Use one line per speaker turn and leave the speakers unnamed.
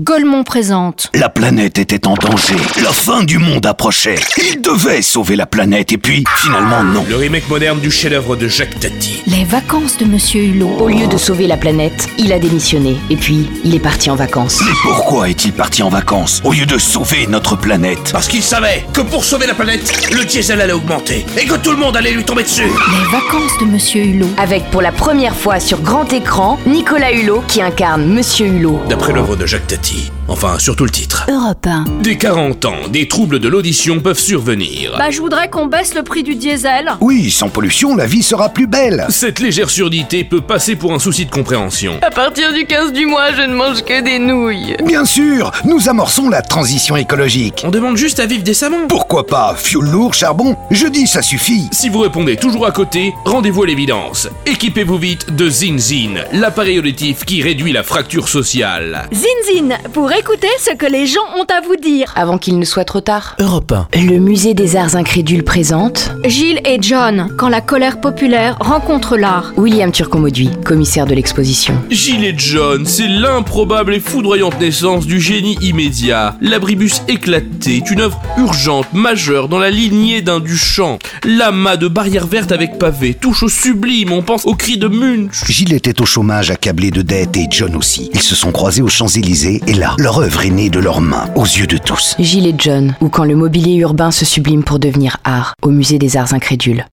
Golemont présente.
La planète était en danger. La fin du monde approchait. Il devait sauver la planète et puis, finalement, non.
Le remake moderne du chef-d'œuvre de Jacques Tati.
Les vacances de Monsieur Hulot.
Au lieu de sauver la planète, il a démissionné. Et puis, il est parti en vacances.
Mais pourquoi est-il parti en vacances au lieu de sauver notre planète Bah
Parce qu'il savait que pour sauver la planète, le diesel allait augmenter et que tout le monde allait lui tomber dessus.
Les vacances de Monsieur Hulot.
Avec pour la première fois sur grand écran, Nicolas Hulot qui incarne Monsieur Hulot.
D'après l'œuvre de Jacques Tati. Enfin, surtout le titre.
Europe 1.
Dès 40 ans, des troubles de l'audition peuvent survenir.
Bah, je voudrais qu'on baisse le prix du diesel.
Oui, sans pollution, la vie sera plus belle.
Cette légère surdité peut passer pour un souci de compréhension.
À partir du 15 du mois, je ne mange que des nouilles.
Bien sûr, nous amorçons la transition écologique.
On demande juste à vivre décemment.
Pourquoi pas Fioul lourd, charbon Je dis, ça suffit.
Si vous répondez toujours à côté, rendez-vous à l'évidence. Équipez-vous vite de Zinzin, l'appareil auditif qui réduit la fracture sociale.
Zinzin, pour écouter ce que les gens ont à vous dire.
Avant qu'il ne soit trop tard.
Europe 1.
Le musée des arts incrédules présente
Gilles et John, quand la colère populaire rencontre l'art.
William Turcomauduit, commissaire de l'exposition.
Gilet John, c'est l'improbable et foudroyante naissance du génie immédiat. L'abribus éclaté est une œuvre urgente, majeure, dans la lignée d'un Duchamp. L'amas de barrière verte avec pavé touche au sublime, on pense au cri de Munch.
Gilles était au chômage accablé de dettes et John aussi. Ils se sont croisés aux Champs-Élysées et là, leur œuvre est née de leurs mains, aux yeux de tous.
Gilles et John, ou quand le mobilier urbain se sublime pour devenir art, au musée des arts incrédules.